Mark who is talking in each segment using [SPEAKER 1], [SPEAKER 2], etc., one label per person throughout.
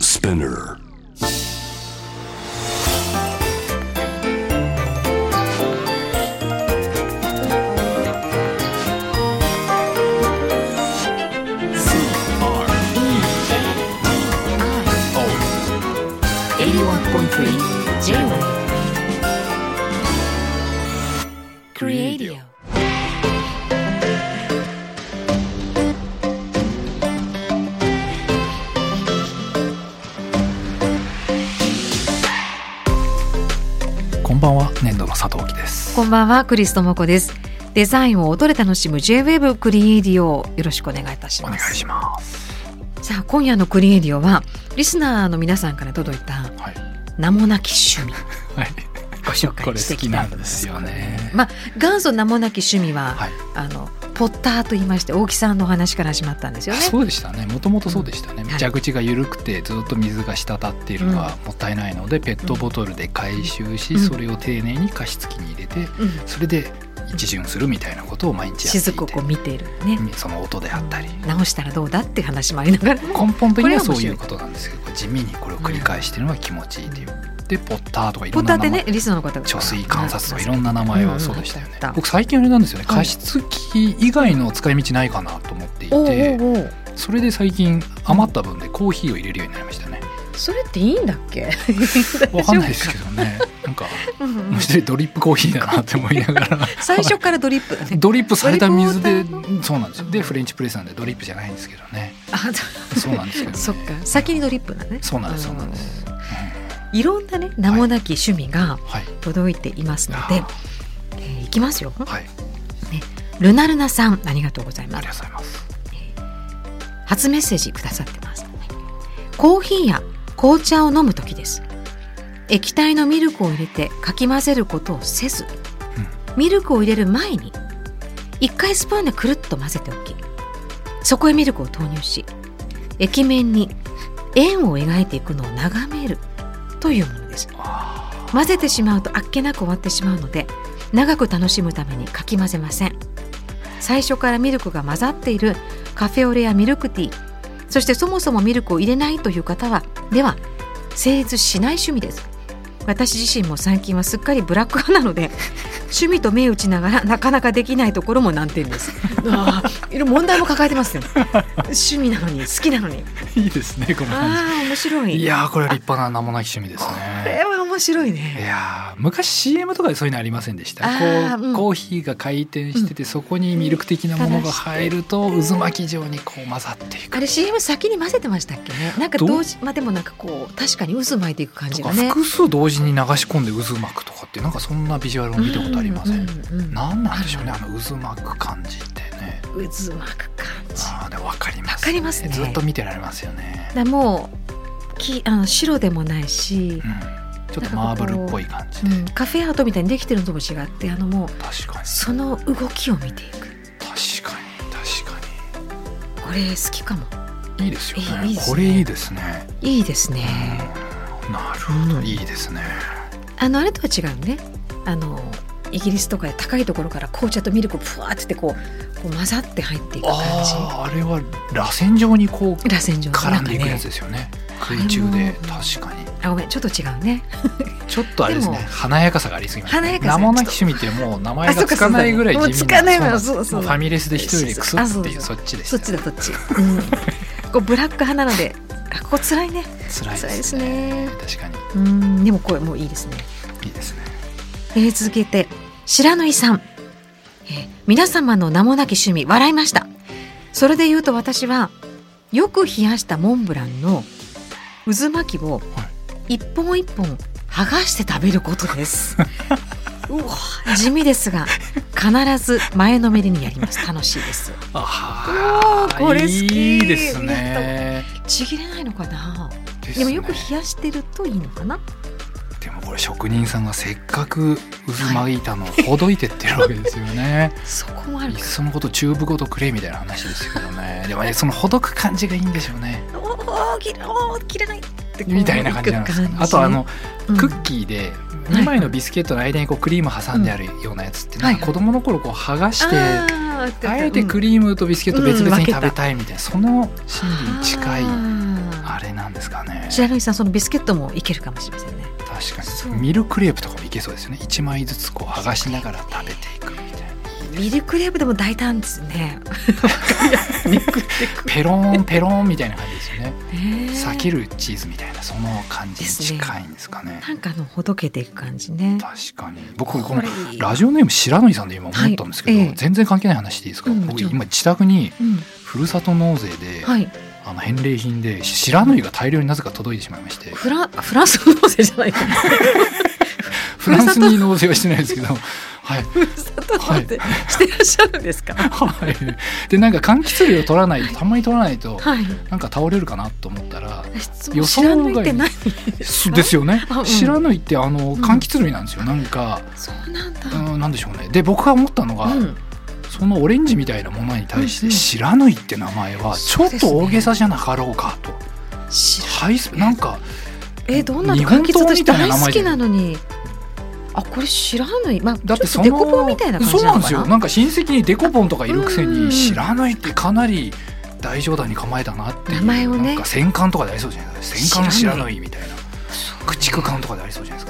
[SPEAKER 1] Spinner.
[SPEAKER 2] 81.3 J-Wave Creadio
[SPEAKER 3] こんばんは粘土の佐藤貴です
[SPEAKER 2] こんばんはクリストモコですデザインを音で楽しむ J-Wave クリエイディオをよろしくお願いいたし
[SPEAKER 3] お
[SPEAKER 2] ま
[SPEAKER 3] 願い
[SPEAKER 2] す
[SPEAKER 3] します
[SPEAKER 2] さあ今夜のクリエイディオはリスナーの皆さんから届いた
[SPEAKER 3] はい
[SPEAKER 2] 名もなき趣味
[SPEAKER 3] はい
[SPEAKER 2] ご紹介
[SPEAKER 3] これ
[SPEAKER 2] して
[SPEAKER 3] 好
[SPEAKER 2] いき
[SPEAKER 3] き
[SPEAKER 2] た
[SPEAKER 3] ないんですよね
[SPEAKER 2] まあ元祖名もなき趣味は、
[SPEAKER 3] はい
[SPEAKER 2] あのポッターと言いまして大木さんのお話から始まったんですよ
[SPEAKER 3] あ
[SPEAKER 2] ね
[SPEAKER 3] そうでしたねもともとそうでしたね、
[SPEAKER 2] はい
[SPEAKER 3] 蛇口が緩くてずっと水が滴っているのはもったいないので、ペットボトルで回収し、
[SPEAKER 2] うん
[SPEAKER 3] それを丁寧に加湿器に入れて
[SPEAKER 2] うん
[SPEAKER 3] それで一巡するみたいなことを毎日やってい
[SPEAKER 2] 雫をこう
[SPEAKER 3] て
[SPEAKER 2] 見ているね、
[SPEAKER 3] うんその音であったり、
[SPEAKER 2] 直したらどうだっていう話もありながらも
[SPEAKER 3] 根本的には
[SPEAKER 2] これ面白
[SPEAKER 3] そ
[SPEAKER 2] いう
[SPEAKER 3] いうことなんですけど地味にこれを繰り返してるのが気持ちいいという、でポッターとかい
[SPEAKER 2] ポ
[SPEAKER 3] ろ
[SPEAKER 2] ッ
[SPEAKER 3] ん
[SPEAKER 2] ター
[SPEAKER 3] な
[SPEAKER 2] って
[SPEAKER 3] 名前、
[SPEAKER 2] ねリスナーの方が
[SPEAKER 3] 貯水観察とかいろんな名前はそうでしたよね、
[SPEAKER 2] うんうんあったあった
[SPEAKER 3] 僕最近あれなんですよね
[SPEAKER 2] はい
[SPEAKER 3] 加湿器以外の使い道ないかなと思っていて、
[SPEAKER 2] おうおうおう
[SPEAKER 3] それで最近余った分でコーヒーを入れるようになりましたね
[SPEAKER 2] それっていいんだっけ
[SPEAKER 3] わかんないですけど ねなんか
[SPEAKER 2] うんうん
[SPEAKER 3] 面白いドリップコーヒーだなって思いなが ら
[SPEAKER 2] 最初からドリップだね
[SPEAKER 3] ドリップされた水で
[SPEAKER 2] ドリップウォータ
[SPEAKER 3] そうなんですよでフレンチプレスなんでドリップじゃないんですけどね
[SPEAKER 2] あ
[SPEAKER 3] そうなんですけど、ね、
[SPEAKER 2] そっか先にドリップだね
[SPEAKER 3] そうなんですそうなんです、うん
[SPEAKER 2] うんいろんなね名もなき趣味が
[SPEAKER 3] はい
[SPEAKER 2] 届いていますので、えーいきますよ
[SPEAKER 3] はい
[SPEAKER 2] ルナルナさんありがとうござい
[SPEAKER 3] あ
[SPEAKER 2] ま
[SPEAKER 3] り
[SPEAKER 2] す
[SPEAKER 3] がとうございます
[SPEAKER 2] 初メッセージくださってますコーヒーや紅茶を飲む時です液体のミルクを入れてかき混ぜることをせず、ミルクを入れる前に一回スプーンでくるっと混ぜておきそこへミルクを投入し液面に円を描いていくのを眺めるというものです混ぜてしまうとあっけなく終わってしまうので長く楽しむためにかき混ぜません最初からミルクが混ざっているカフェオレやミルクティーそしてそもそもミルクを入れないという方はでは成立しない趣味です私自身も最近はすっかりブラック派なので 趣味と銘打ちながらなかなかできないところも難点です ああいろいろ問題も抱えてます ね趣味なのに好きなのに
[SPEAKER 3] いいですねこの感
[SPEAKER 2] ああ面白
[SPEAKER 3] じ
[SPEAKER 2] い
[SPEAKER 3] いやーこれは立派な名もなき趣味ですね
[SPEAKER 2] これは面白い
[SPEAKER 3] い
[SPEAKER 2] ね
[SPEAKER 3] やー昔 CM とかでそういうのありませんでした
[SPEAKER 2] あ
[SPEAKER 3] こ
[SPEAKER 2] ー
[SPEAKER 3] う、
[SPEAKER 2] うん
[SPEAKER 3] コーヒーが回転してて、そこにミルク的なものが入ると渦巻き状にこう混ざっていく
[SPEAKER 2] あれ CM 先に混ぜてましたっけねなんか
[SPEAKER 3] どう
[SPEAKER 2] 同時まあでもなんかこう確かに渦巻いていく感じ
[SPEAKER 3] とか
[SPEAKER 2] がね
[SPEAKER 3] 複数同時に流し込んで渦巻くとかってなんかそんなビジュアルを見たことありません、
[SPEAKER 2] うううん
[SPEAKER 3] なんなんでしょうねあの渦巻く感じってね
[SPEAKER 2] 渦巻く感じ
[SPEAKER 3] あーでも分かります
[SPEAKER 2] わかりますね
[SPEAKER 3] ずっと見てられますよね、
[SPEAKER 2] だもうきあの白でもないし
[SPEAKER 3] う、ん、ちょっとマーブルっぽい感じ
[SPEAKER 2] う
[SPEAKER 3] で、
[SPEAKER 2] ん、カフェアートみたいにできてるのとも違ってあのもう
[SPEAKER 3] 確かに
[SPEAKER 2] その動きを見てい
[SPEAKER 3] 確
[SPEAKER 2] く
[SPEAKER 3] かに確か
[SPEAKER 2] これ好きかも
[SPEAKER 3] にいいですよね
[SPEAKER 2] いいいいですね
[SPEAKER 3] これいいですね、
[SPEAKER 2] いいですね、
[SPEAKER 3] うんなるほ
[SPEAKER 2] う
[SPEAKER 3] ど、
[SPEAKER 2] ん
[SPEAKER 3] いいですね
[SPEAKER 2] あのあれとは違うねあのイギリスとかで高いところから紅茶とミルクをふわーってこうこう混ざって入っていく感じ
[SPEAKER 3] あああれは螺旋状にこう
[SPEAKER 2] 螺旋状の
[SPEAKER 3] 絡んでいく
[SPEAKER 2] な
[SPEAKER 3] や
[SPEAKER 2] ん
[SPEAKER 3] つ
[SPEAKER 2] かね
[SPEAKER 3] ですよね
[SPEAKER 2] れ
[SPEAKER 3] 空
[SPEAKER 2] も
[SPEAKER 3] 中で確かに
[SPEAKER 2] あごめんちょっと違うね
[SPEAKER 3] ちょっとあれですね
[SPEAKER 2] でも
[SPEAKER 3] 華やかさがありすぎます、ね、
[SPEAKER 2] 華やか
[SPEAKER 3] 名
[SPEAKER 2] さ
[SPEAKER 3] もなき趣味ってもう名前
[SPEAKER 2] あそ
[SPEAKER 3] が
[SPEAKER 2] っか
[SPEAKER 3] つかないぐらい地味な
[SPEAKER 2] そうだねもうつかないわよ
[SPEAKER 3] そなんです
[SPEAKER 2] そうそう
[SPEAKER 3] もファミレスで一人でクス
[SPEAKER 2] あそ
[SPEAKER 3] っ
[SPEAKER 2] う
[SPEAKER 3] て
[SPEAKER 2] そう
[SPEAKER 3] いうそっちでした
[SPEAKER 2] そっちだそっち、うん、こうブラック派なのであここ辛いね
[SPEAKER 3] 辛い
[SPEAKER 2] 辛いで
[SPEAKER 3] ですす
[SPEAKER 2] ね
[SPEAKER 3] ね確かに
[SPEAKER 2] うんでもこれもういいですね
[SPEAKER 3] いいですね
[SPEAKER 2] えー続けて白縫さん、えー皆様の名もなき趣味笑いましたそれで言うと私はよく冷やしたモンブランの渦巻きを一本一本剥がして食べることです、 うわ地味ですが必ず前のめりにやります楽しいです
[SPEAKER 3] あ
[SPEAKER 2] う
[SPEAKER 3] あ
[SPEAKER 2] わーこれ好き
[SPEAKER 3] いいですね
[SPEAKER 2] ちぎれないのかな
[SPEAKER 3] です
[SPEAKER 2] で
[SPEAKER 3] ね
[SPEAKER 2] もよく冷やしてるといいのかな
[SPEAKER 3] でもこれ職人さんがせっかく渦巻いたのをほどいてってるわけですよね
[SPEAKER 2] そこもあ
[SPEAKER 3] い
[SPEAKER 2] る
[SPEAKER 3] っ
[SPEAKER 2] か
[SPEAKER 3] そのことチューブごとくれみたいな話ですけどね でもねそのほどく感じがいいんでしょうね
[SPEAKER 2] おお切れおー切れないってこう
[SPEAKER 3] みたいな感じなんですか、ね、あとあの、
[SPEAKER 2] うん
[SPEAKER 3] クッキーで2枚のビスケットの間にこうクリーム挟んであるようなやつって、
[SPEAKER 2] うん
[SPEAKER 3] なんか子供の頃こう剥がして
[SPEAKER 2] あーあって
[SPEAKER 3] あえてクリームとビスケット別々に食べたいみたいな、その心理に近いあれなんですかね
[SPEAKER 2] 白井さんそのビスケットもいけるかもしれませんね
[SPEAKER 3] 確
[SPEAKER 2] そ
[SPEAKER 3] か
[SPEAKER 2] う
[SPEAKER 3] にミルクレープとかもいけそうですよね1枚ずつこう剥がしながら食べていくみたいな
[SPEAKER 2] ミルクレープでも大胆ですねめくってく
[SPEAKER 3] ペロンペロンみたいな感じですよね
[SPEAKER 2] ね
[SPEAKER 3] 裂けるチーズみたいなその感じに近いんですかね
[SPEAKER 2] なんかあのほどけていく感じね
[SPEAKER 3] 確かに僕この
[SPEAKER 2] れいい
[SPEAKER 3] ラジオネーム白野さんで今思ったんですけど、
[SPEAKER 2] はいええ
[SPEAKER 3] 全然関係ない話でいいですか、
[SPEAKER 2] うんも
[SPEAKER 3] 僕
[SPEAKER 2] ちろん
[SPEAKER 3] 今自宅に
[SPEAKER 2] うん
[SPEAKER 3] ふるさと納税で、
[SPEAKER 2] はい
[SPEAKER 3] あの返礼品で白野が大量になぜか届いてしまいまして
[SPEAKER 2] フランフランスの納税じゃないか
[SPEAKER 3] フランスに納税はしてないですけど はい
[SPEAKER 2] ふるさと納税してらっしゃるんですか
[SPEAKER 3] はいでなんか柑橘類を取らないとたまに取らないと
[SPEAKER 2] はい
[SPEAKER 3] なんか倒れるかなと思ったら
[SPEAKER 2] 質
[SPEAKER 3] 予
[SPEAKER 2] 問
[SPEAKER 3] 想
[SPEAKER 2] 知
[SPEAKER 3] 外
[SPEAKER 2] ら
[SPEAKER 3] に
[SPEAKER 2] 抜いてないです
[SPEAKER 3] そう
[SPEAKER 2] か
[SPEAKER 3] ですよね
[SPEAKER 2] あうん
[SPEAKER 3] 白野ってあの
[SPEAKER 2] ん
[SPEAKER 3] 柑橘類なんですよなんか
[SPEAKER 2] そうなんだ、
[SPEAKER 3] うんなんでしょうねで僕が思ったのが、
[SPEAKER 2] うん
[SPEAKER 3] そのオレンジみたいなものに対し
[SPEAKER 2] うんう
[SPEAKER 3] て「
[SPEAKER 2] ん
[SPEAKER 3] 知らぬい」って名前はちょっと大げさじゃなかろうかと、
[SPEAKER 2] 知ら
[SPEAKER 3] ハイスペなんか
[SPEAKER 2] えどんなの
[SPEAKER 3] 日本
[SPEAKER 2] 柑
[SPEAKER 3] 刀
[SPEAKER 2] 橘として
[SPEAKER 3] みたい
[SPEAKER 2] 大
[SPEAKER 3] な名
[SPEAKER 2] 好
[SPEAKER 3] 前じ
[SPEAKER 2] き
[SPEAKER 3] ゃない
[SPEAKER 2] なのにあこれ知らぬいまあ
[SPEAKER 3] だって
[SPEAKER 2] ち
[SPEAKER 3] そ
[SPEAKER 2] ょっと
[SPEAKER 3] の
[SPEAKER 2] デコボンみたいな感
[SPEAKER 3] そう
[SPEAKER 2] じ
[SPEAKER 3] な
[SPEAKER 2] なんの
[SPEAKER 3] です
[SPEAKER 2] か
[SPEAKER 3] よ
[SPEAKER 2] な
[SPEAKER 3] なんか親戚にデコポンとかいるくせ
[SPEAKER 2] うんう
[SPEAKER 3] に「
[SPEAKER 2] ん
[SPEAKER 3] 知らぬい」ってかなり大冗談に構えたなっていう
[SPEAKER 2] 名前をね
[SPEAKER 3] なんか戦艦とかでありそうじゃないですか戦艦知
[SPEAKER 2] 知
[SPEAKER 3] ら
[SPEAKER 2] ら
[SPEAKER 3] ぬ
[SPEAKER 2] ぬ
[SPEAKER 3] いみたいな駆逐艦とかでありそうじゃない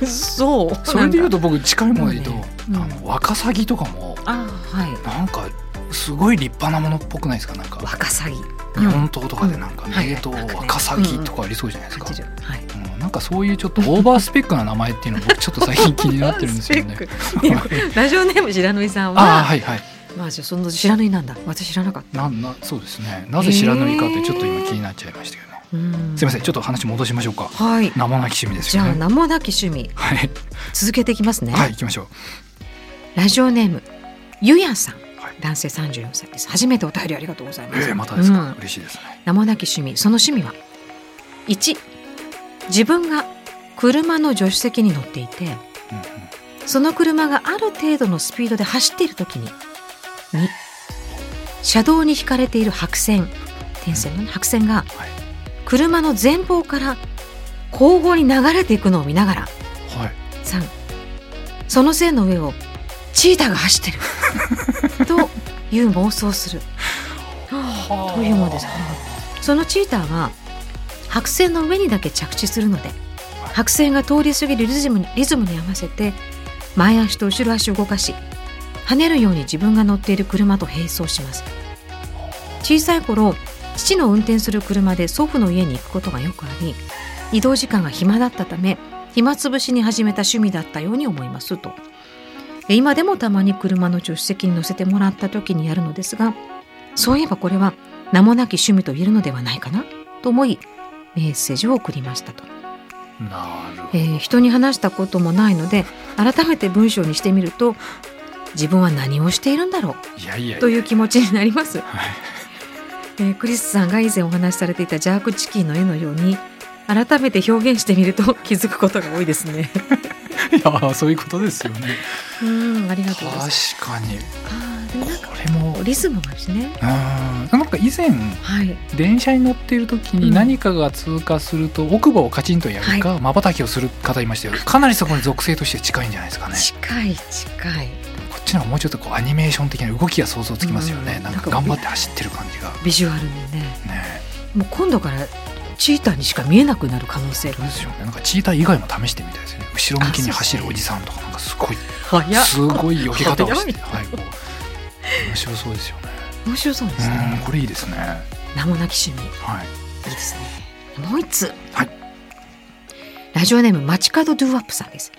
[SPEAKER 3] ですか
[SPEAKER 2] そう
[SPEAKER 3] それでいう
[SPEAKER 2] と
[SPEAKER 3] と僕近いもので言うと、
[SPEAKER 2] もう
[SPEAKER 3] あ
[SPEAKER 2] ねうん
[SPEAKER 3] のワカサギとかも
[SPEAKER 2] あはい
[SPEAKER 3] なんかすごい立派なものっぽくないですかなんか
[SPEAKER 2] ワカサギ
[SPEAKER 3] 日本刀とかでなんか
[SPEAKER 2] うんはい
[SPEAKER 3] 名刀
[SPEAKER 2] なんかね
[SPEAKER 3] ワカサギとかありそうじゃないですか
[SPEAKER 2] 感じるはい
[SPEAKER 3] うんなんかそういうちょっとオーバースペックな名前っていうの僕ちょっと最近気になってるんですよね
[SPEAKER 2] スペ。ックラジオネーム知らぬいさ ん
[SPEAKER 3] ああ
[SPEAKER 2] は
[SPEAKER 3] はいはい。
[SPEAKER 2] まあじゃあその知らぬいなんだ私知らなかった
[SPEAKER 3] なんなそうですね。なぜ知らぬいかってちょっと今気になっちゃいましたけどね。すみ
[SPEAKER 2] す
[SPEAKER 3] ませんちょっと話戻しましょうか。
[SPEAKER 2] はい
[SPEAKER 3] 名もなき趣味です
[SPEAKER 2] じ
[SPEAKER 3] よ
[SPEAKER 2] ゃあ
[SPEAKER 3] ね。
[SPEAKER 2] 名もなき趣味
[SPEAKER 3] はい
[SPEAKER 2] 続けていきますね
[SPEAKER 3] はい行きましょう。
[SPEAKER 2] ラジオネームゆやさん
[SPEAKER 3] はい
[SPEAKER 2] 男性34歳です初めてお便りありがとうございます
[SPEAKER 3] ええまたです
[SPEAKER 2] う
[SPEAKER 3] か
[SPEAKER 2] ん
[SPEAKER 3] 嬉しいですね。
[SPEAKER 2] 名もなき趣味その趣味は1自分が車の助手席に乗っていて
[SPEAKER 3] うんうん
[SPEAKER 2] その車がある程度のスピードで走っている時に2車道に引かれている白線点線のね白線が
[SPEAKER 3] はい
[SPEAKER 2] 車の前方から交互に流れていくのを見ながら
[SPEAKER 3] はい
[SPEAKER 2] 3その線の上をチーターが走って るという妄想をする。
[SPEAKER 3] はあ
[SPEAKER 2] というものですそのチーターは白線の上にだけ着地するので白線が通り過ぎるリズムにリズムに合わせて前足と後ろ足を動かし跳ねるように自分が乗っている車と並走します小さい頃父の運転する車で祖父の家に行くことがよくあり移動時間が暇だったため暇つぶしに始めた趣味だったように思いますとえ今でもたまに車の助手席に乗せてもらった時にやるのですがそういえばこれは名もなき趣味と言えるのではないかなと思いメッセージを送りましたと、
[SPEAKER 3] なるほ
[SPEAKER 2] え
[SPEAKER 3] ど。
[SPEAKER 2] ー人に話したこともないので改めて文章にしてみると自分は何をしているんだろ
[SPEAKER 3] いやいや
[SPEAKER 2] うという気持ちになります、
[SPEAKER 3] はい
[SPEAKER 2] えークリスさんが以前お話しされていたジャークチキンの絵のように改めて表現してみると 気づくことが多いですね
[SPEAKER 3] いやーそういうことですよね。
[SPEAKER 2] うんありがとうございます
[SPEAKER 3] 確かに
[SPEAKER 2] あーでも
[SPEAKER 3] こ
[SPEAKER 2] なんか
[SPEAKER 3] れも。
[SPEAKER 2] リズムがあるしね
[SPEAKER 3] うんなんか以前
[SPEAKER 2] はい
[SPEAKER 3] 電車に乗っている時に何かが通過すると奥歯をカチンとやるかまばたきをする方いましたよかなりそこに属性として近いんじゃないですかね
[SPEAKER 2] 近い近い
[SPEAKER 3] こっちの方がもうちょっとこうアニメーション的な動きが想像つきますよね、
[SPEAKER 2] うん
[SPEAKER 3] なんか頑張って走ってる感じが
[SPEAKER 2] ビジュアルにね
[SPEAKER 3] ね
[SPEAKER 2] もう今度からチーターにしか見えなくなる可能性
[SPEAKER 3] どう
[SPEAKER 2] が
[SPEAKER 3] でしょうねなんかチーター以外も試してみたいですよね後ろ向きに走るおじさんとかなんかすごい
[SPEAKER 2] 早っ
[SPEAKER 3] すごい避け方をして
[SPEAKER 2] 早
[SPEAKER 3] は
[SPEAKER 2] い
[SPEAKER 3] いこう面白そうですよね
[SPEAKER 2] 面白そうです
[SPEAKER 3] うん
[SPEAKER 2] ね
[SPEAKER 3] これいいですね
[SPEAKER 2] 名もなき趣味
[SPEAKER 3] はい
[SPEAKER 2] いいですねもう一つ
[SPEAKER 3] はい
[SPEAKER 2] ラジオネーム街角ドゥアップさんです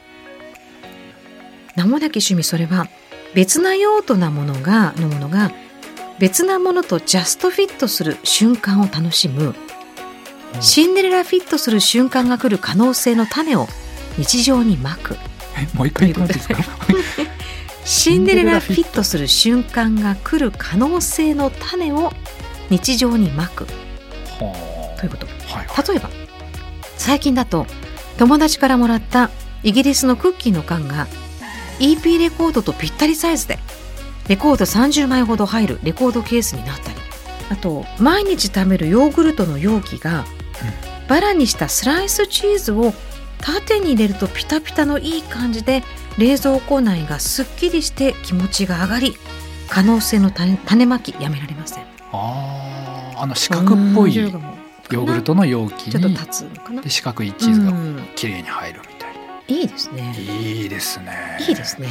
[SPEAKER 2] 名もなき趣味それは別な用途なものがのものが別なものとジャストフィットする瞬間を楽しむ
[SPEAKER 3] うん
[SPEAKER 2] シンデレラフィットする瞬間が来る可能性の種を日常にまく
[SPEAKER 3] えもう一回言ってもらっていいですか
[SPEAKER 2] シンデレラフィットする瞬間が来る可能性の種を日常にまく
[SPEAKER 3] は
[SPEAKER 2] ということ
[SPEAKER 3] あはい
[SPEAKER 2] 例えば最近だと友達からもらったイギリスのクッキーの缶が EP レコードとぴったりサイズでレコード30枚ほど入るレコードケースになったりあと毎日食べるヨーグルトの容器がバラにしたスライスチーズを縦に入れるとピタピタのいい感じで冷蔵庫内がすっきりして気持ちが上がり可能性の種種まきやめられません
[SPEAKER 3] あーあの四角っぽい
[SPEAKER 2] ヨ
[SPEAKER 3] ヨーグルトの容器
[SPEAKER 2] ちょっと
[SPEAKER 3] に
[SPEAKER 2] 立つのかな
[SPEAKER 3] で四角いチーズ
[SPEAKER 2] う
[SPEAKER 3] が
[SPEAKER 2] ん
[SPEAKER 3] 綺麗に入るみたいな、
[SPEAKER 2] いいですね
[SPEAKER 3] いいですね
[SPEAKER 2] いいですね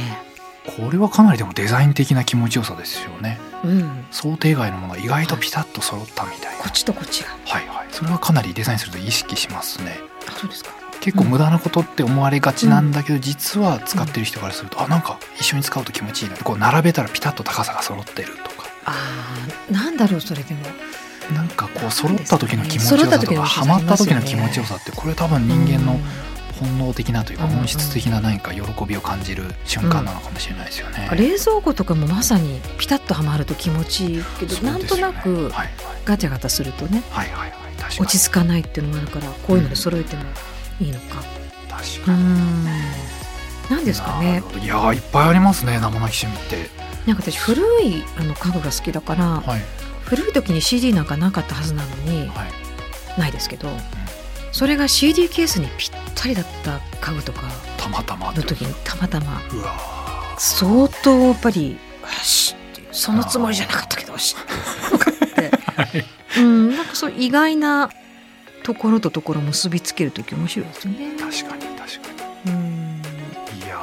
[SPEAKER 3] これはかなりでもデザイン的な気持ちよさですよね
[SPEAKER 2] うん
[SPEAKER 3] 想定外のものが意外とピタッと揃ったみたいな
[SPEAKER 2] こっちとこっちが
[SPEAKER 3] はいはいそれはかなりデザインすると意識しますね
[SPEAKER 2] あそうですか
[SPEAKER 3] 結構無駄なことって思われがちなんだけど、実は使ってる人からすると、あなんか一緒に使うと気持ちいいなこう並べたらピタッと高さが揃ってるとか
[SPEAKER 2] あーなんだろうそれでも
[SPEAKER 3] なんかこう揃った時の気持ち
[SPEAKER 2] そ
[SPEAKER 3] よ
[SPEAKER 2] うですね
[SPEAKER 3] さとか
[SPEAKER 2] 揃った時の
[SPEAKER 3] はまった時の気
[SPEAKER 2] 気持ちよさありますよね
[SPEAKER 3] 持ちよさってこれ多分人間
[SPEAKER 2] う
[SPEAKER 3] の
[SPEAKER 2] ん
[SPEAKER 3] 本能的なというか
[SPEAKER 2] うんうん
[SPEAKER 3] 本質的な何か喜びを感じる瞬間なのかもしれないですよね。
[SPEAKER 2] 冷蔵庫とかもまさにピタッとはまると気持ちいいけど、
[SPEAKER 3] そう
[SPEAKER 2] なん
[SPEAKER 3] で
[SPEAKER 2] と
[SPEAKER 3] すよ
[SPEAKER 2] な
[SPEAKER 3] ね
[SPEAKER 2] く
[SPEAKER 3] はい
[SPEAKER 2] ガチャガチャするとね
[SPEAKER 3] はいはいはいはい確か
[SPEAKER 2] 落
[SPEAKER 3] に
[SPEAKER 2] ち着かないっていうのもあるからこういうので揃えてもいいのか
[SPEAKER 3] 確
[SPEAKER 2] う
[SPEAKER 3] かに
[SPEAKER 2] んなんですか
[SPEAKER 3] なる
[SPEAKER 2] ね
[SPEAKER 3] ほどいやーいっぱいありますね生なき趣味って。
[SPEAKER 2] なんか私古いあの家具が好きだから、
[SPEAKER 3] はい
[SPEAKER 2] 古い時に CD なんかなかったはずなのに
[SPEAKER 3] はい
[SPEAKER 2] ないですけどそれが CD ケースにぴったりだった家具とか
[SPEAKER 3] たまたま
[SPEAKER 2] の時にたまたま
[SPEAKER 3] うわー
[SPEAKER 2] 相当やっぱり「よし」っていうそのつもりじゃなかったけど「よし」とかって、うんなんかそう意外なところとところ結びつける時面白いですね。
[SPEAKER 3] 確かに確か
[SPEAKER 2] う
[SPEAKER 3] に
[SPEAKER 2] ん
[SPEAKER 3] いや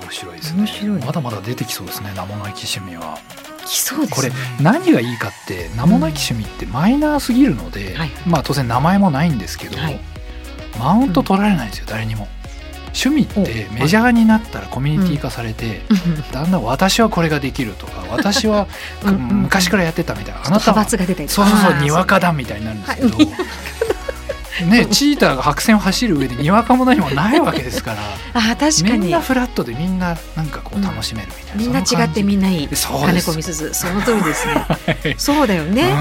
[SPEAKER 3] ー面白いですね
[SPEAKER 2] 面白い
[SPEAKER 3] まだまだ出てきそうですね名もなき趣味は
[SPEAKER 2] きそうで
[SPEAKER 3] こ
[SPEAKER 2] す
[SPEAKER 3] れ
[SPEAKER 2] ね。
[SPEAKER 3] 何がいいかって名もなき趣味ってマイナーすぎるので、
[SPEAKER 2] はい
[SPEAKER 3] まあ当然名前もないんですけど、
[SPEAKER 2] はい
[SPEAKER 3] マウント取られないんですよ、誰にも趣味って
[SPEAKER 2] お
[SPEAKER 3] メジャーになったらコミュニティ化されて、だんだん私はこれができると か私は
[SPEAKER 2] うんうん
[SPEAKER 3] 昔からやってたみたいなあ
[SPEAKER 2] ちょ
[SPEAKER 3] な
[SPEAKER 2] っと
[SPEAKER 3] た
[SPEAKER 2] 派
[SPEAKER 3] は
[SPEAKER 2] 閥が出たりと
[SPEAKER 3] そ
[SPEAKER 2] か
[SPEAKER 3] うそうそう
[SPEAKER 2] あー
[SPEAKER 3] にわかだみたいになるんですけど、 ねチーターが白線を走る上でにわかも何もないわけですから
[SPEAKER 2] あー 確か
[SPEAKER 3] みん
[SPEAKER 2] に
[SPEAKER 3] なフラットでみんななんかこ
[SPEAKER 2] う
[SPEAKER 3] うん楽しめるみたいな、
[SPEAKER 2] みんな違ってみんないい
[SPEAKER 3] そう
[SPEAKER 2] 金
[SPEAKER 3] で
[SPEAKER 2] 子
[SPEAKER 3] す
[SPEAKER 2] みすずその通りですね。そうだよね。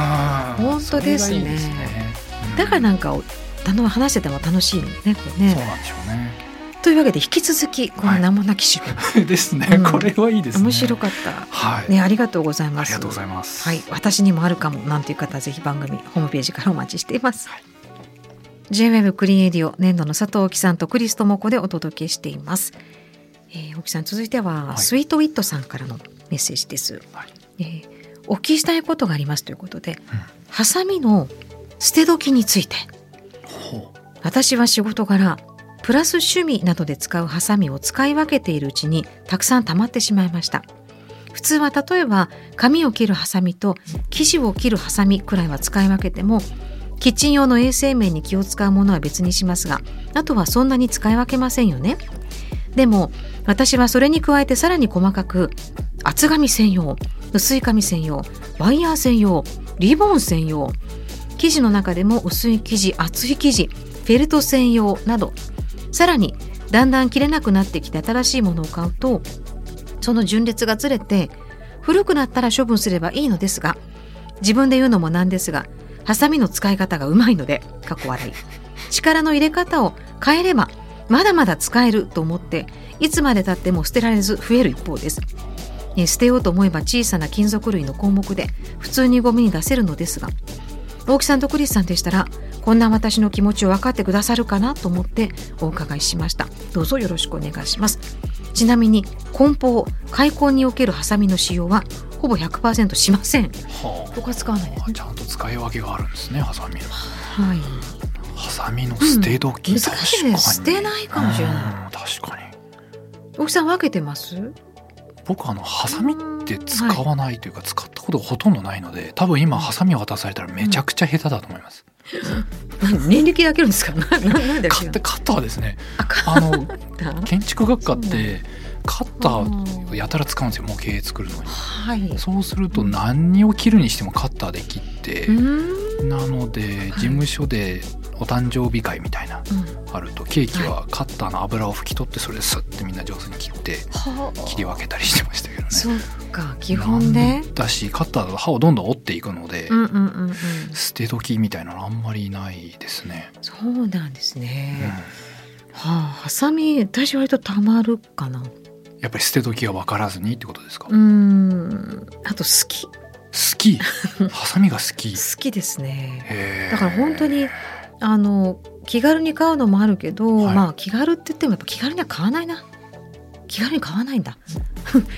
[SPEAKER 3] 本
[SPEAKER 2] 本当ですねだからなんかおあの話してても楽しいのねこれ
[SPEAKER 3] そう
[SPEAKER 2] ね。
[SPEAKER 3] なんでしょうね
[SPEAKER 2] というわけで引き続きこの名もなき趣味、
[SPEAKER 3] ですね、
[SPEAKER 2] うん
[SPEAKER 3] これはいいですね
[SPEAKER 2] 面白かった。
[SPEAKER 3] はい、
[SPEAKER 2] ね、ありがとうござい
[SPEAKER 3] あ
[SPEAKER 2] ま
[SPEAKER 3] り
[SPEAKER 2] す。
[SPEAKER 3] がとうございます
[SPEAKER 2] はい、私にもあるかもなんていう方はぜひ番組ホームページからお待ちしています。
[SPEAKER 3] はい
[SPEAKER 2] JWEB クリーンエディオ年度の佐藤貴さんとクリストモコでお届けしています。えー、大木さん続いては、
[SPEAKER 3] はい
[SPEAKER 2] スイートウィットさんからのメッセージです。
[SPEAKER 3] はい
[SPEAKER 2] えーお聞きしたいことがありますということで、ハサミの捨て時について
[SPEAKER 3] ほう
[SPEAKER 2] 私は仕事柄プラス趣味などで使うハサミを使い分けているうちにたくさん溜まってしまいました普通は例えば髪を切るハサミと生地を切るハサミくらいは使い分けてもキッチン用の衛生面に気を使うものは別にしますがあとはそんなに使い分けませんよねでも私はそれに加えてさらに細かく厚紙専用薄い紙専用ワイヤー専用リボン専用生地の中でも薄い生地厚い生地フェルト専用などさらにだんだん切れなくなってきて新しいものを買うとその順列がずれて古くなったら処分すればいいのですが自分で言うのもなんですがハサミの使い方がうまいので過去笑い力の入れ方を変えればまだまだ使えると思っていつまでたっても捨てられず増える一方ですえー捨てようと思えば小さな金属類の項目で普通にゴミに出せるのですが大木さんとクリスさんでしたらこんな私の気持ちを分かってくださるかなと思ってお伺いしましたどうぞよろしくお願いしますちなみに梱包開梱におけるハサミの使用はほぼ100%しません
[SPEAKER 3] ほう
[SPEAKER 2] 僕は使わないです
[SPEAKER 3] あ
[SPEAKER 2] ね
[SPEAKER 3] ちゃんと使い分けがあるんですねハサミの
[SPEAKER 2] はい
[SPEAKER 3] ハサミの捨て時、
[SPEAKER 2] うん
[SPEAKER 3] 確
[SPEAKER 2] 難しい
[SPEAKER 3] か
[SPEAKER 2] ね
[SPEAKER 3] に
[SPEAKER 2] 捨てないかもしれない
[SPEAKER 3] うん確かに
[SPEAKER 2] 大木さん分けてます
[SPEAKER 3] 僕あのハサミって使わないというか、使ったことがほとんどないので多分今ハサミ渡されたらめちゃくちゃ下手だと思います、
[SPEAKER 2] 何年歴だけるんですかなななんで
[SPEAKER 3] カッターカッターはですね
[SPEAKER 2] あカ
[SPEAKER 3] あの
[SPEAKER 2] ッター
[SPEAKER 3] 建築学科っ
[SPEAKER 2] そうな
[SPEAKER 3] てカッターをやたら使うんですよ模型作るのに
[SPEAKER 2] はい
[SPEAKER 3] そうすると何を切るにしてもカッターで切って
[SPEAKER 2] う、ん
[SPEAKER 3] なので事務所でお誕生日会みたいな
[SPEAKER 2] うん
[SPEAKER 3] あるとケーキはカッターの油を拭き取ってそれでスッてみんな上手に切って
[SPEAKER 2] はあ
[SPEAKER 3] 切り分けたりしてましたけどね
[SPEAKER 2] そうか基本ね
[SPEAKER 3] だしカッターだと刃をどんどん折っていくので、
[SPEAKER 2] うんうんうんうん
[SPEAKER 3] 捨て時みたいなのあんまりないですね、
[SPEAKER 2] そうなんですね、
[SPEAKER 3] うん
[SPEAKER 2] はあ、ハサミ私割とたまるかな
[SPEAKER 3] やっぱり捨て時が分からずにってことですか、
[SPEAKER 2] うーんあと好き好
[SPEAKER 3] 好 きハサミが好き
[SPEAKER 2] きですね
[SPEAKER 3] へー
[SPEAKER 2] だから本当にあの気軽に買うのもあるけど、
[SPEAKER 3] はい
[SPEAKER 2] まあ気軽って言ってもやっぱ気軽には買わないな気軽に買わないんだ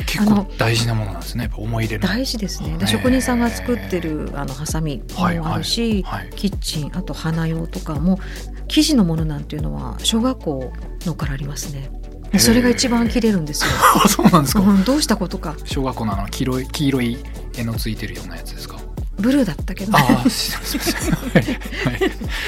[SPEAKER 3] 結
[SPEAKER 2] あ
[SPEAKER 3] 構
[SPEAKER 2] の
[SPEAKER 3] 大事なものなんですね。やっぱ思い入れの。
[SPEAKER 2] 大事ですね
[SPEAKER 3] へー
[SPEAKER 2] で職人さんが作ってるあのハサミもあるし、
[SPEAKER 3] はい。
[SPEAKER 2] キッチンあと花用とかも生地のものなんていうのは小学校のからありますね
[SPEAKER 3] へー
[SPEAKER 2] それが一番切れるんですよ、
[SPEAKER 3] あ、そうなんですか。
[SPEAKER 2] うんどうしたことか
[SPEAKER 3] 小学校のあの黄色い黄色い絵のついてるようなやつですか。
[SPEAKER 2] ブルーだったけど
[SPEAKER 3] ああ、すみません。 はい。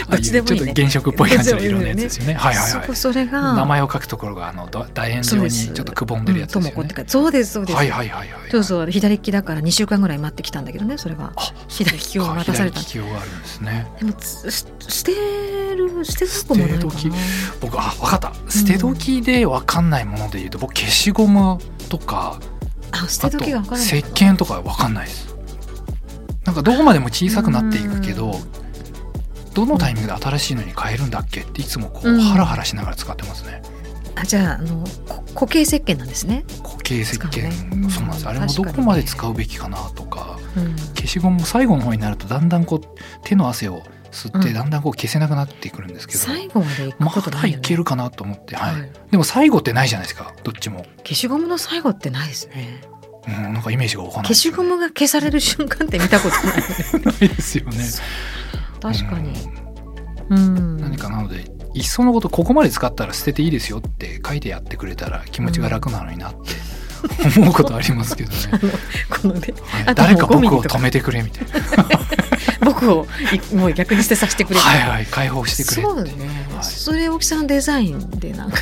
[SPEAKER 2] どっちでもいいね
[SPEAKER 3] ああうちょっと原色っぽい感じの色のやつですよね。はいはい
[SPEAKER 2] そ
[SPEAKER 3] はい
[SPEAKER 2] こ。それが
[SPEAKER 3] 名前を書くところがあのだ楕円状にちょっとくぼんでるやつです
[SPEAKER 2] うん
[SPEAKER 3] よ
[SPEAKER 2] 智子っ
[SPEAKER 3] ね
[SPEAKER 2] て。かそうですそうです、
[SPEAKER 3] はいはいはいはい。
[SPEAKER 2] そうそう左利きだから2週間ぐらい待ってきたんだけどねそれは
[SPEAKER 3] あ、
[SPEAKER 2] 左利きを渡され
[SPEAKER 3] 左
[SPEAKER 2] た
[SPEAKER 3] 利き用があるんですね。
[SPEAKER 2] でもつす捨てる捨てたくもないか
[SPEAKER 3] 捨
[SPEAKER 2] な
[SPEAKER 3] て時僕あ分かった捨て時で分かんないもので言うと、僕消しゴムとか
[SPEAKER 2] あ捨
[SPEAKER 3] あ
[SPEAKER 2] て
[SPEAKER 3] と
[SPEAKER 2] 時
[SPEAKER 3] 石
[SPEAKER 2] が分からない
[SPEAKER 3] 鹸とか分かんないですなんかどこまでも小さくなっていくけどどのタイミングで新しいのに変えるんだっけっていつもこ
[SPEAKER 2] う
[SPEAKER 3] うんハラハラしながら使ってますね
[SPEAKER 2] あじゃああのこ固形石鹸なんですね、
[SPEAKER 3] 固形石鹸、
[SPEAKER 2] 使うね
[SPEAKER 3] そうなんですあれ
[SPEAKER 2] う
[SPEAKER 3] も
[SPEAKER 2] ん
[SPEAKER 3] どこまで使うべきかなとか消しゴムも最後の方になるとだんだんこう手の汗を吸って
[SPEAKER 2] うん
[SPEAKER 3] だんだんこう消せなくなってくるんですけど、
[SPEAKER 2] 最後まで行く
[SPEAKER 3] ま
[SPEAKER 2] ことな
[SPEAKER 3] だ
[SPEAKER 2] い
[SPEAKER 3] い
[SPEAKER 2] よね
[SPEAKER 3] けるかなと思って、はい
[SPEAKER 2] はい
[SPEAKER 3] でも最後ってないじゃないですかどっちも。
[SPEAKER 2] 消しゴムの最後ってないですね
[SPEAKER 3] うん、なんかイメージがわかんないで
[SPEAKER 2] 消
[SPEAKER 3] す
[SPEAKER 2] し
[SPEAKER 3] よ
[SPEAKER 2] ゴ
[SPEAKER 3] ね、
[SPEAKER 2] ムが消される瞬間って見たことない
[SPEAKER 3] ないですよね。
[SPEAKER 2] 確かに
[SPEAKER 3] うん
[SPEAKER 2] うん
[SPEAKER 3] 何かなのでいっそのことここまで使ったら捨てていいですよって書いてやってくれたら気持ちが楽なのになって思うことあります けどね。
[SPEAKER 2] このね
[SPEAKER 3] はい
[SPEAKER 2] あと
[SPEAKER 3] 誰か
[SPEAKER 2] もうゴミ
[SPEAKER 3] 僕を
[SPEAKER 2] とか
[SPEAKER 3] 止めてくれみたいな。
[SPEAKER 2] 僕をい もう逆に捨てさせてくれる
[SPEAKER 3] はいはい解放してくれ
[SPEAKER 2] そう
[SPEAKER 3] っ
[SPEAKER 2] だ
[SPEAKER 3] て。
[SPEAKER 2] ね、
[SPEAKER 3] はい
[SPEAKER 2] それ大木さんのデザインで なんか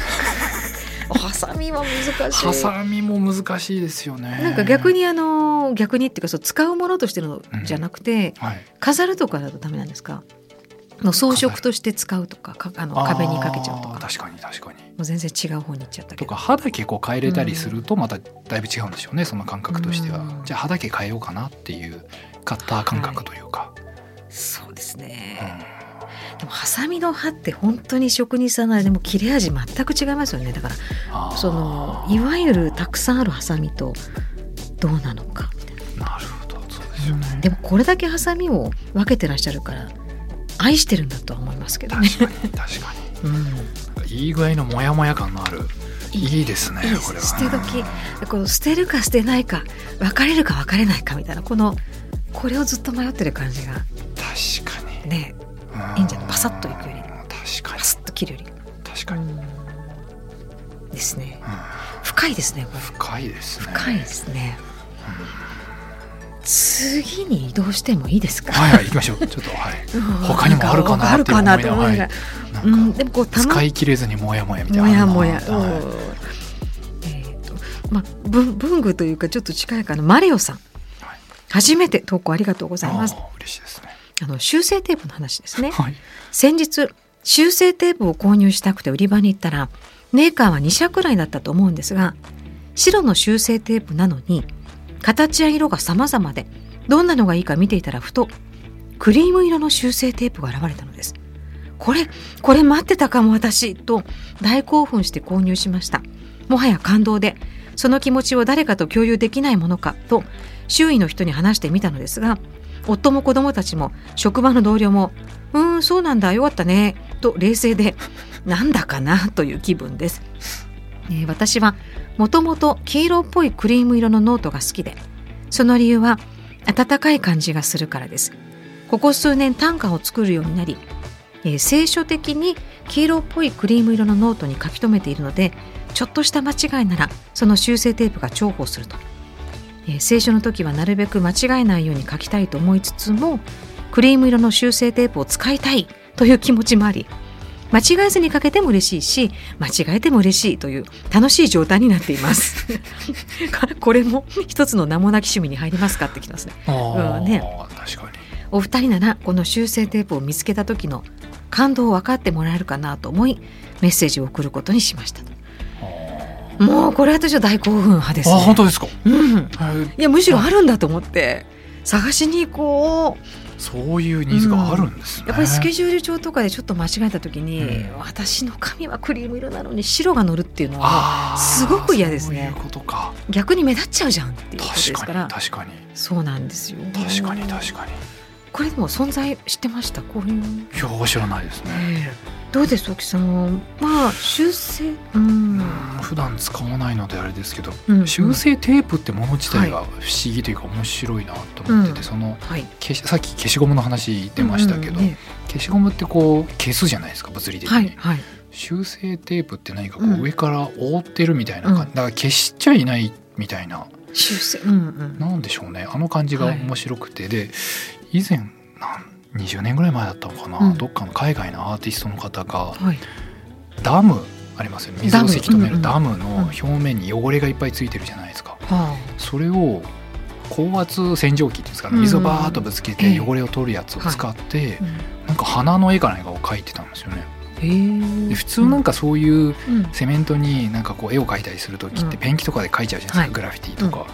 [SPEAKER 2] ハサミは難しい
[SPEAKER 3] ハサミも難しいですよね。
[SPEAKER 2] なんか逆。にあの逆にっていうかそう使うものとしてのじゃなくて、
[SPEAKER 3] はい。
[SPEAKER 2] 飾るとかだとダメなんですかの装飾として使うとかかあの壁にかけちゃうと
[SPEAKER 3] あー
[SPEAKER 2] か
[SPEAKER 3] 確かに確かに。
[SPEAKER 2] もう全然違う方に行っちゃったけ
[SPEAKER 3] とか
[SPEAKER 2] ど
[SPEAKER 3] 歯だけこう変えれたりするとまただいぶ違うんでしょうね、その感覚としては、
[SPEAKER 2] うん
[SPEAKER 3] じゃあ歯だけ変えようかなっていうカッター感覚というか、
[SPEAKER 2] そうです
[SPEAKER 3] うん
[SPEAKER 2] ね、でもハサミの刃って本当に職人さんならでも切れ味全く違いますよねだから
[SPEAKER 3] あー
[SPEAKER 2] そのいわゆるたくさんあるハサミとどうなのかみたいな
[SPEAKER 3] なるほどそうですよね、
[SPEAKER 2] でもこれだけハサミを分けてらっしゃるから愛してるんだとは思いますけどね、
[SPEAKER 3] 確かに確か
[SPEAKER 2] うん、
[SPEAKER 3] にいい具合のモヤモヤ感のある
[SPEAKER 2] いい
[SPEAKER 3] いいですね
[SPEAKER 2] いいです
[SPEAKER 3] これは
[SPEAKER 2] 捨て時この捨てるか捨てないか別れるか別れないかみたいなこのこれをずっと迷ってる感じが
[SPEAKER 3] 確かに、
[SPEAKER 2] ね
[SPEAKER 3] う
[SPEAKER 2] いいんじゃないパサッといくより
[SPEAKER 3] 確か
[SPEAKER 2] パ
[SPEAKER 3] に
[SPEAKER 2] スッと切るより
[SPEAKER 3] 確かに、
[SPEAKER 2] うんですね
[SPEAKER 3] うん
[SPEAKER 2] 深いですねこれ
[SPEAKER 3] 深いですね
[SPEAKER 2] 深いですね、次に移動してもいいですか、
[SPEAKER 3] はいはい行きましょう ちょっとはい
[SPEAKER 2] うん
[SPEAKER 3] 他にもあるかな
[SPEAKER 2] ある
[SPEAKER 3] って思
[SPEAKER 2] か
[SPEAKER 3] いな
[SPEAKER 2] な
[SPEAKER 3] が
[SPEAKER 2] と
[SPEAKER 3] ら
[SPEAKER 2] 思いながら、
[SPEAKER 3] な
[SPEAKER 2] うんん、
[SPEAKER 3] か
[SPEAKER 2] でもこうたま
[SPEAKER 3] 使い切れずにモヤモヤみたい
[SPEAKER 2] も
[SPEAKER 3] な
[SPEAKER 2] や
[SPEAKER 3] の
[SPEAKER 2] も
[SPEAKER 3] あるな
[SPEAKER 2] や、
[SPEAKER 3] はい
[SPEAKER 2] うんえーとまあ文文具というかちょっと近いかなマレオさん
[SPEAKER 3] はい
[SPEAKER 2] 初めて投稿ありがとうございます
[SPEAKER 3] あー嬉しいですね。
[SPEAKER 2] あの修正テープの話ですね
[SPEAKER 3] はい。
[SPEAKER 2] 先日修正テープを購入したくて売り場に行ったらメーカーは2社くらいだったと思うんですが白の修正テープなのに形や色が様々でどんなのがいいか見ていたらふとクリーム色の修正テープが現れたのですこれこれ待ってたかも私と大興奮して購入しましたもはや感動でその気持ちを誰かと共有できないものかと周囲の人に話してみたのですが夫も子供たちも職場の同僚も「うーんそうなんだよかったね」と冷静で 「なんだかな」という気分です、えー私はもともと黄色っぽいクリーム色のノートが好きでその理由は温かい感じがするからですここ数年短歌を作るようになり、えー聖書的に黄色っぽいクリーム色のノートに書き留めているのでちょっとした間違いならその修正テープが重宝すると、えー聖書の時はなるべく間違えないように書きたいと思いつつもクリーム色の修正テープを使いたいという気持ちもあり間違えずに書けても嬉しいし間違えても嬉しいという楽しい状態になっています これも一つの名もなき趣味に入りますかってきますね
[SPEAKER 3] ああ、
[SPEAKER 2] うんね
[SPEAKER 3] 確かに。
[SPEAKER 2] お二人ならこの修正テープを見つけた時の感動を分かってもらえるかなと思いメッセージを送ることにしましたもうこれ私は大興奮派です、
[SPEAKER 3] あ
[SPEAKER 2] ね、
[SPEAKER 3] あ、本当ですか。
[SPEAKER 2] うん、
[SPEAKER 3] えー
[SPEAKER 2] いやむしろあるんだと思って探しに行こう
[SPEAKER 3] そういうニーズがあるんですね。
[SPEAKER 2] やっぱりスケジュール帳とかでちょっと間違えた時に、
[SPEAKER 3] うん
[SPEAKER 2] 私の髪はクリーム色なのに白が乗るっていうのは
[SPEAKER 3] ああ、
[SPEAKER 2] すごく嫌ですね
[SPEAKER 3] そういうことか。
[SPEAKER 2] 逆に目立っちゃうじゃんっていうことです
[SPEAKER 3] 確
[SPEAKER 2] か
[SPEAKER 3] からに、確かに、
[SPEAKER 2] そうなんですよ
[SPEAKER 3] 確かに、確かに。
[SPEAKER 2] これでも存在してましたこういう
[SPEAKER 3] 今日知らないですね。
[SPEAKER 2] ええどうです沖さんまあ修正うん、
[SPEAKER 3] うん普段使わないのであれですけど、
[SPEAKER 2] うん、
[SPEAKER 3] 修正テープってもの自体が不思議というか面白いなと思ってて、
[SPEAKER 2] うん
[SPEAKER 3] その
[SPEAKER 2] はい
[SPEAKER 3] 消しさっき消しゴムの話出ましたけど、
[SPEAKER 2] うんうんえ
[SPEAKER 3] 消しゴムってこう消すじゃないですか物理
[SPEAKER 2] え
[SPEAKER 3] 的に、
[SPEAKER 2] はいはい
[SPEAKER 3] 修正テープって何かこ
[SPEAKER 2] うん
[SPEAKER 3] う上から覆ってるみたいな感じ、
[SPEAKER 2] うん
[SPEAKER 3] だから消しちゃいないみたいな
[SPEAKER 2] 修正うんうん
[SPEAKER 3] なんでしょうねあの感じが面白くて、で以前なん20年ぐらい前だったのかな、
[SPEAKER 2] うん
[SPEAKER 3] どっかの海外のアーティストの方が
[SPEAKER 2] はい
[SPEAKER 3] ダムありますよね水
[SPEAKER 2] ダ
[SPEAKER 3] を
[SPEAKER 2] ム
[SPEAKER 3] せき止めるダ
[SPEAKER 2] う
[SPEAKER 3] ムの表面に汚れがいっぱいついてるじゃないですか。
[SPEAKER 2] は
[SPEAKER 3] それを高圧洗浄機っていうんですかね
[SPEAKER 2] うん
[SPEAKER 3] 水をバーッとぶつけ
[SPEAKER 2] え
[SPEAKER 3] て
[SPEAKER 2] え
[SPEAKER 3] 汚れを取るやつを使って
[SPEAKER 2] あ、うん
[SPEAKER 3] なんか花の絵かなんかを描いてたんですよね。
[SPEAKER 2] へえ
[SPEAKER 3] で普通なんかそういう
[SPEAKER 2] うん
[SPEAKER 3] セメントになんかこう絵を描いたりする時って
[SPEAKER 2] うん
[SPEAKER 3] ペンキとかで描いちゃうじゃないですか、
[SPEAKER 2] はい
[SPEAKER 3] グラフィティとか。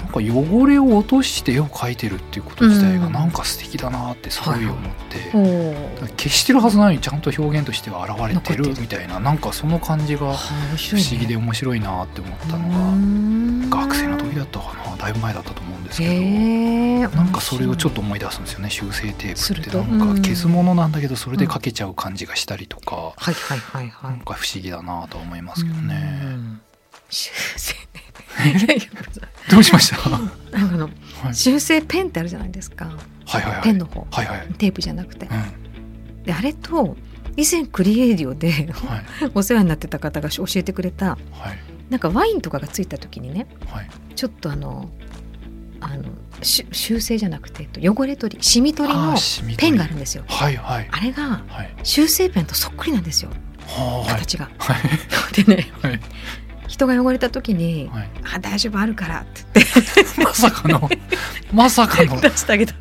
[SPEAKER 3] なんか汚れを落として絵を描いてるっていうこと自体がなんか素敵だなってすごい思って。
[SPEAKER 2] お
[SPEAKER 3] だ
[SPEAKER 2] ー
[SPEAKER 3] から消してるはずなのにちゃんと表現としては現れて
[SPEAKER 2] 残っ
[SPEAKER 3] る
[SPEAKER 2] てる
[SPEAKER 3] みたいななんかその感じが
[SPEAKER 2] はあ面
[SPEAKER 3] 不
[SPEAKER 2] 白いね
[SPEAKER 3] 思議で面白いなって思ったのが
[SPEAKER 2] が
[SPEAKER 3] 学生の時だったかなだいぶ前だったと思うんですけど、
[SPEAKER 2] へえ
[SPEAKER 3] なんかそれをちょっ
[SPEAKER 2] と
[SPEAKER 3] と思い出すんですよね修正テ
[SPEAKER 2] す
[SPEAKER 3] ープ
[SPEAKER 2] る
[SPEAKER 3] って
[SPEAKER 2] と
[SPEAKER 3] なん
[SPEAKER 2] うん
[SPEAKER 3] か消すものなんだけどそれでかけちゃう感じがしたりとか、
[SPEAKER 2] はいはいはいは
[SPEAKER 3] ないんか不思議だなとは思いますけどね、
[SPEAKER 2] うん修正 ね
[SPEAKER 3] どうしま したはい
[SPEAKER 2] なんかあの
[SPEAKER 3] はい
[SPEAKER 2] 修正ペンってあるじゃないですか
[SPEAKER 3] はいは
[SPEAKER 2] ペン
[SPEAKER 3] い
[SPEAKER 2] の方
[SPEAKER 3] はいはい
[SPEAKER 2] テープじゃなくて
[SPEAKER 3] うん
[SPEAKER 2] であれと以前クリエイディオで
[SPEAKER 3] はい
[SPEAKER 2] お世話になってた方が教えてくれた
[SPEAKER 3] はい
[SPEAKER 2] なんかワインとかがついた時にね
[SPEAKER 3] はい
[SPEAKER 2] ちょっとあのあのし修正じゃなくてえっと汚れ取りシミ取りの
[SPEAKER 3] ー染み
[SPEAKER 2] ペ
[SPEAKER 3] 取
[SPEAKER 2] ン
[SPEAKER 3] り
[SPEAKER 2] があるんですよ
[SPEAKER 3] はいはい
[SPEAKER 2] あれが
[SPEAKER 3] はい
[SPEAKER 2] 修正ペンとそっくりなんですよ
[SPEAKER 3] は
[SPEAKER 2] 形が。
[SPEAKER 3] いはい
[SPEAKER 2] でね
[SPEAKER 3] はい
[SPEAKER 2] 人が汚れた時に
[SPEAKER 3] はい
[SPEAKER 2] 「あ大丈夫あるから」って言って
[SPEAKER 3] まさかのまさか の
[SPEAKER 2] 出してあげた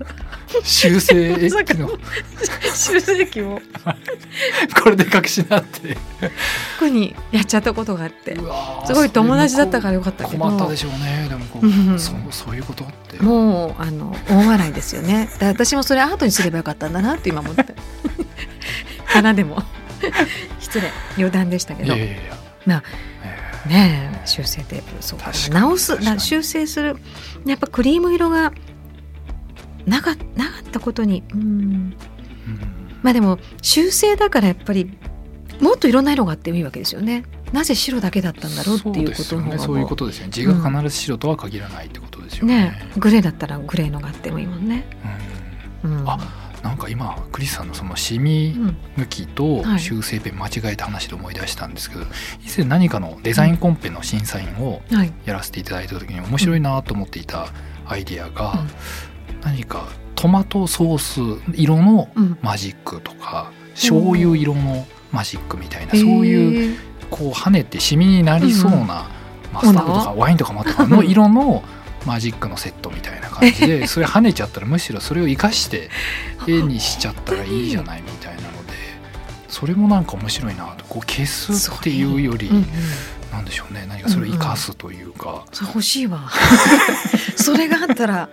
[SPEAKER 3] 修正
[SPEAKER 2] まさか
[SPEAKER 3] 液の
[SPEAKER 2] 修正液を
[SPEAKER 3] これで隠しなって
[SPEAKER 2] 特にやっちゃったことがあって
[SPEAKER 3] うわー
[SPEAKER 2] すごい友達だったからよかったけど
[SPEAKER 3] 困ったでしょうねでもこ
[SPEAKER 2] うん
[SPEAKER 3] うそうそういうことって
[SPEAKER 2] もうあの大笑いですよねだ私もそれアートにすればよかったんだなって今思って 花でも 失礼余談でしたけ
[SPEAKER 3] い
[SPEAKER 2] ど
[SPEAKER 3] やい
[SPEAKER 2] ね
[SPEAKER 3] やいや
[SPEAKER 2] なあ
[SPEAKER 3] えー
[SPEAKER 2] え修正テープそう
[SPEAKER 3] 確かに
[SPEAKER 2] 直す
[SPEAKER 3] 確かに
[SPEAKER 2] な修正するやっぱクリーム色がなかなかったことにうん
[SPEAKER 3] うん
[SPEAKER 2] まあでも修正だからやっぱりもっといろんな色があってもいいわけですよねなぜ白だけだったんだろうっていうこと
[SPEAKER 3] そうですよ
[SPEAKER 2] の方
[SPEAKER 3] ね
[SPEAKER 2] が
[SPEAKER 3] そういうことですよね字が必ず白とは限らないってことですよね
[SPEAKER 2] ねえグレーだったらグレーのがあってもいいもんね、うん、
[SPEAKER 3] あうん、なんか今クリスさんのそのシミ
[SPEAKER 2] うん
[SPEAKER 3] 抜きと
[SPEAKER 2] はい
[SPEAKER 3] 修正ペン間違えた話で思い出したんですけど、以前何かのデザインコンペの審査員を
[SPEAKER 2] はい
[SPEAKER 3] やらせていただいた時に面白いなと思っていたアイディアが、
[SPEAKER 2] うん
[SPEAKER 3] 何かトマトソース色の
[SPEAKER 2] うん
[SPEAKER 3] マジックとか醤油色のマジックみたいな、そういう
[SPEAKER 2] いう、
[SPEAKER 3] こう跳ねてシミになりそうなマスタードとかワインとかもあったか
[SPEAKER 2] う
[SPEAKER 3] なんの色のマジックのセットみたいな感じで それ跳ねちゃったらむしろそれを生かして絵にしちゃったらいいじゃないみたいなのでそれもなんか面白いなとこう消すっていうより
[SPEAKER 2] うんうん
[SPEAKER 3] なんでしょうね何かそれを生かすというか
[SPEAKER 2] それ欲しいわ それがあったら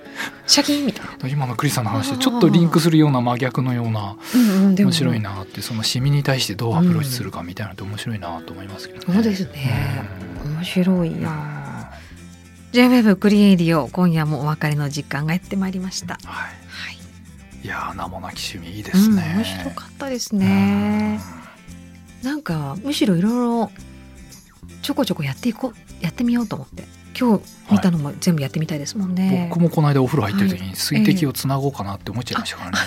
[SPEAKER 2] シャキーンみたいな、
[SPEAKER 3] 今のクリスさんの話とちょっとリンクするような真逆のような
[SPEAKER 2] うんうん、でも
[SPEAKER 3] 面白いなってそのシミに対してどうアプローチするかみたいなのって面白いなと思いますけどね。
[SPEAKER 2] そうですね
[SPEAKER 3] うん
[SPEAKER 2] 面白いな JWEB クリエイディオ今夜もお別れの時間がやってまいりました
[SPEAKER 3] はい
[SPEAKER 2] はい
[SPEAKER 3] いやー名もなき趣味いいですね。
[SPEAKER 2] うん、面白かったですね。なんかむしろいろいろちょこちょこやっていこうやってみようと思って今日見たのも全部やってみたいですもん
[SPEAKER 3] うん
[SPEAKER 2] ね。
[SPEAKER 3] 僕もこの間お風呂入ってる時
[SPEAKER 2] は
[SPEAKER 3] に水滴をつなごうかなって思っちゃいましたからね。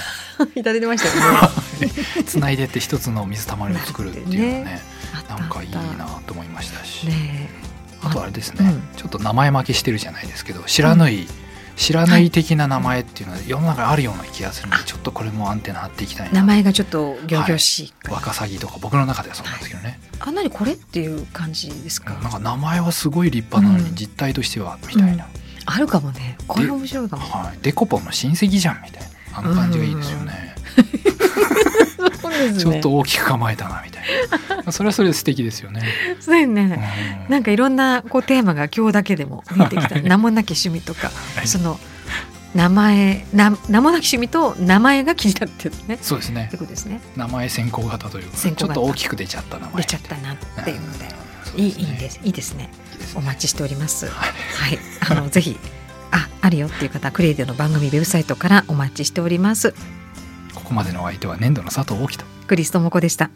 [SPEAKER 2] いただいてましたよ ね。
[SPEAKER 3] つないでって一つの水たまりを作るっていうのね
[SPEAKER 2] あったあった
[SPEAKER 3] なんかいいなと思いましたし、
[SPEAKER 2] ね
[SPEAKER 3] あとあれですね、
[SPEAKER 2] うん
[SPEAKER 3] ちょっと名前負けしてるじゃないですけど知らない、知らない的な名前っていうのは世の中にあるような気がするのでちょっとこれもアンテナ張っていきたい
[SPEAKER 2] え名
[SPEAKER 3] な
[SPEAKER 2] 前がちょっと行々しいから、
[SPEAKER 3] ワカサギとか僕の中ではそうなんですけどね、
[SPEAKER 2] あなにこれっていう感じですか、
[SPEAKER 3] なんか名前はすごい立派なの
[SPEAKER 2] う
[SPEAKER 3] に
[SPEAKER 2] ん
[SPEAKER 3] 実態としてはみたいな、
[SPEAKER 2] あるかもねこれ面白いかも
[SPEAKER 3] はい、デコポンの親戚じゃんみたいなあの感じがいいですよね、
[SPEAKER 2] そうですね
[SPEAKER 3] ちょっと大きく構えたなみたい なそれはそれで素敵ですよね、
[SPEAKER 2] そうで
[SPEAKER 3] う
[SPEAKER 2] すね、
[SPEAKER 3] ん
[SPEAKER 2] なんかいろんなこうテーマが今日だけでも見えてきた名もなき趣味とか
[SPEAKER 3] はい
[SPEAKER 2] その名前な名もなき趣味と名前が気になってるねっ
[SPEAKER 3] そうですね
[SPEAKER 2] てことですね
[SPEAKER 3] 名前先行型というか
[SPEAKER 2] 先行型
[SPEAKER 3] ちょっと大きく出ちゃった名前
[SPEAKER 2] 出ちゃったなっていうので、
[SPEAKER 3] ん
[SPEAKER 2] いいいいですいいですね
[SPEAKER 3] そうです
[SPEAKER 2] お
[SPEAKER 3] ね
[SPEAKER 2] 待ちしておりますは
[SPEAKER 3] はい
[SPEAKER 2] いあ のぜひああるよっていう方はクリエイティブの番組ウェブサイトからお待ちしております
[SPEAKER 3] ここまでのお相手は年度の佐藤大樹と
[SPEAKER 2] クリストモコでした